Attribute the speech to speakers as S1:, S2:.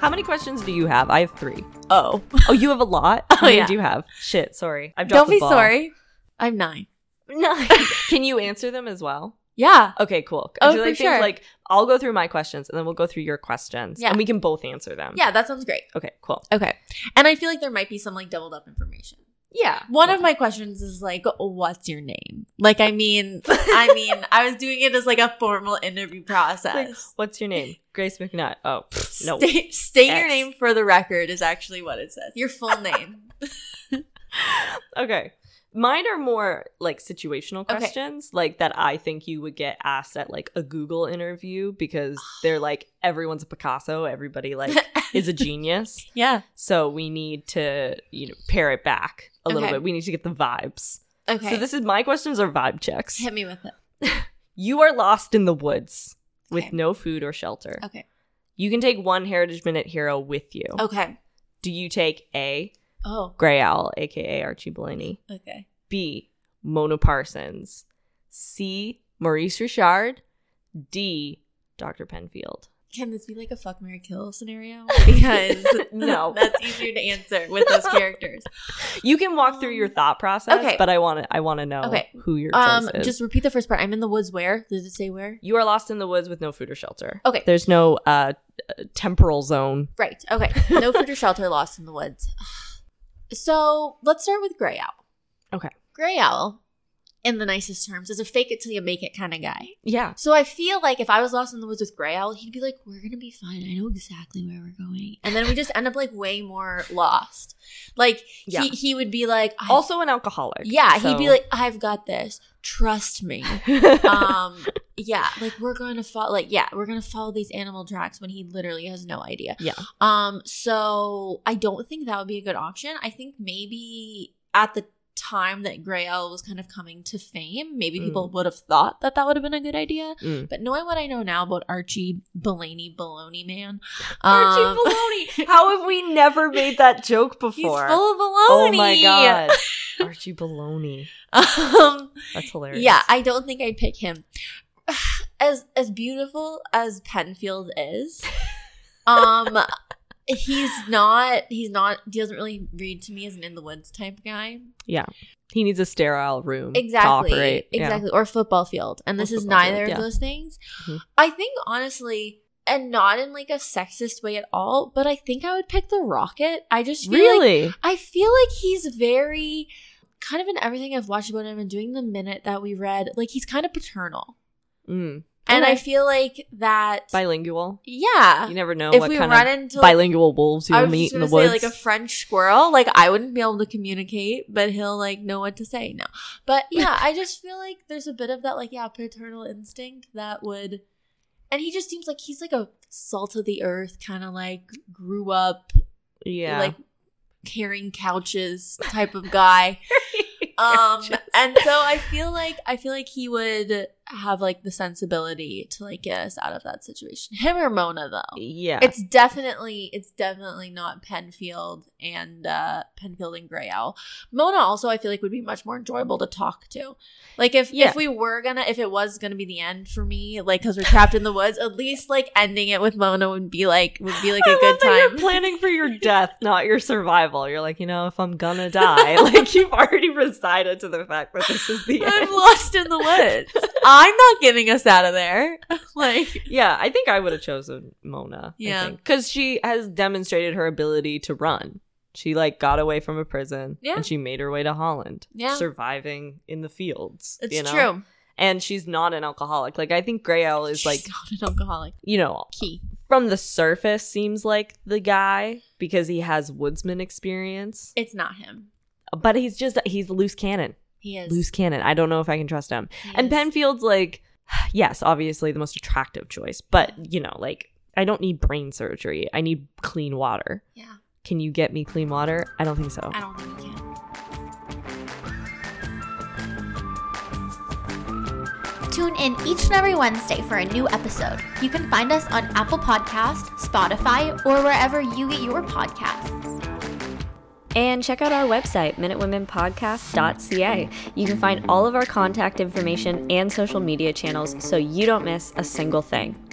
S1: How many questions do you have? I have three.
S2: Oh,
S1: Oh, you have a lot. How
S2: Oh,
S1: many
S2: yeah.
S1: do you have? Shit, sorry. I've dropped
S2: don't
S1: the
S2: be
S1: ball.
S2: sorry. I'm nine.
S1: No. Can you answer them as well?
S2: Yeah.
S1: Okay, cool.
S2: Oh,
S1: Actually, I
S2: for
S1: think,
S2: sure.
S1: Like, I'll go through my questions and then we'll go through your questions.
S2: Yeah.
S1: And we can both answer them.
S2: Yeah, that sounds great.
S1: Okay, cool.
S2: Okay. And I feel like there might be some like doubled up information.
S1: Yeah.
S2: One of my questions is like, what's your name? Like, I mean, I mean, I was doing it as like a formal interview process.
S1: What's your name? Grace McNutt. Oh, pff, no.
S2: State, state your
S1: X.
S2: name for the record is actually what it says. Your full name.
S1: okay. Mine are more like situational
S2: Okay.
S1: questions, like that I think you would get asked at like a Google interview because they're like everyone's a Picasso, everybody like is a genius.
S2: yeah.
S1: So we need to, you know, pare it back a little
S2: Okay.
S1: bit. We need to get the vibes.
S2: Okay.
S1: So this is my questions are vibe checks.
S2: hit me with it.
S1: You are lost in the woods with
S2: Okay.
S1: no food or shelter.
S2: Okay. Oh.
S1: You can take one Heritage Minute hero with you.
S2: Okay.
S1: Do you take A,
S2: Oh.
S1: Gray Owl, aka Archie Blaney?
S2: Okay.
S1: B, Mona Parsons? C, Maurice Richard? D, Dr. Penfield?
S2: Can this be like a fuck Mary Kill scenario? Because
S1: No.
S2: That's easier to answer with those characters.
S1: You can walk through your
S2: Um,
S1: thought process,
S2: okay.
S1: but I want to I want to know
S2: Okay.
S1: who your choice
S2: Um,
S1: is.
S2: just repeat the first part. I'm in the woods where? Does it say where?
S1: you are lost in the woods with no food or shelter.
S2: Okay.
S1: There's no uh temporal zone.
S2: Right. Okay. No food or shelter lost in the woods. So let's start with Gray Owl.
S1: Okay.
S2: Gray Owl, in the nicest terms, is a fake it till you make it kind of guy.
S1: Yeah.
S2: So I feel like if I was lost in the woods with Gray Owl, he'd be like, "We're gonna be fine. I know exactly where we're going." And then we just end up like way more lost. Like
S1: Yeah.
S2: he he would be like, "I've-
S1: also an alcoholic.
S2: yeah." He'd be
S1: so-
S2: like, "I've got this. Trust me." um yeah like we're gonna follow like yeah we're gonna follow these animal tracks when he literally has no idea
S1: Yeah.
S2: um so i don't think that would be a good option i think maybe at the time that gray owl was kind of coming to fame maybe
S1: Mm.
S2: people would have thought that that would have been a good idea
S1: Mm.
S2: but knowing what i know now about archie Bellany baloney man um,
S1: Archie Baloney. How have we never made that joke before?
S2: he's full of
S1: oh
S2: baloney
S1: my god. Archie Baloney.
S2: um
S1: That's hilarious.
S2: Yeah, I don't think I'd pick him. As as beautiful as Penfield is, um, he's not. He's not. He doesn't really read to me as an in the woods type guy.
S1: he needs a sterile room. Mm, to
S2: Exactly.
S1: operate. Yeah.
S2: Exactly. Or football field, and
S1: Or
S2: this is
S1: football
S2: neither
S1: field,
S2: of
S1: yeah.
S2: those things.
S1: Mhm.
S2: I think honestly. And not in like a sexist way at all, but I think I would pick the Rocket. I just feel like uh,
S1: Really?
S2: I feel like he's very kind of in everything I've watched about him and doing the minute that we read, like he's kind of paternal.
S1: Mm.
S2: And
S1: Okay.
S2: I feel like that
S1: Bilingual.
S2: yeah.
S1: You never know
S2: uh, if
S1: what
S2: we
S1: kind
S2: run
S1: of
S2: into like,
S1: bilingual wolves
S2: I
S1: you'll
S2: was
S1: meet
S2: just
S1: in the
S2: gonna
S1: woods.
S2: say like a French squirrel, like I wouldn't be able to communicate, but he'll like know what to say now. But yeah, I just feel like there's a bit of that like yeah, paternal instinct that would and he just seems like he's like a salt of the earth kind of like grew up
S1: yeah.
S2: like carrying couches type of guy. um and so I feel like I feel like he would have like the sensibility to like get us out of that situation. Him or Mona though.
S1: yeah.
S2: It's definitely it's definitely not Penfield and uh Penfield and Grey Owl. Mona also I feel like would be much more enjoyable to talk to. Like if
S1: Yeah.
S2: if we were gonna if it was gonna be the end for me, like because we're trapped in the woods, at least like ending it with Mona would be like would be like
S1: I
S2: a
S1: love
S2: good
S1: that
S2: time.
S1: You're planning for your death, not your survival. You're like, you know, if I'm gonna die, like you've already recited to the fact that this is the
S2: I'm
S1: end.
S2: lost in the woods. I'm not getting us out of there. Like,
S1: Yeah, I think I would have chosen Mona.
S2: Yeah.
S1: because she has demonstrated her ability to run. She like got away from a prison,
S2: Yeah.
S1: and she made her way to Holland,
S2: Yeah.
S1: surviving in the fields.
S2: it's
S1: you know?
S2: true.
S1: and she's not an alcoholic. Like I think Gray Owl is like,
S2: She's not an alcoholic.
S1: you know,
S2: Key.
S1: from the surface seems like the guy because he has woodsman experience,
S2: It's not him.
S1: but he's just he's loose cannon.
S2: He is.
S1: loose cannon. I don't know if I can trust him.
S2: He
S1: And
S2: is.
S1: Penfield's like, yes, obviously the most attractive choice, but you know, like I don't need brain surgery. I need clean water.
S2: Yeah,
S1: Can you get me clean water? I don't think so.
S2: I don't think he can.
S3: Tune in each and every Wednesday for a new episode. You can find us on Apple Podcasts, Spotify, or wherever you get your podcasts.
S4: And check out our website, MinuteWomenPodcast.ca. You can find all of our contact information and social media channels so you don't miss a single thing.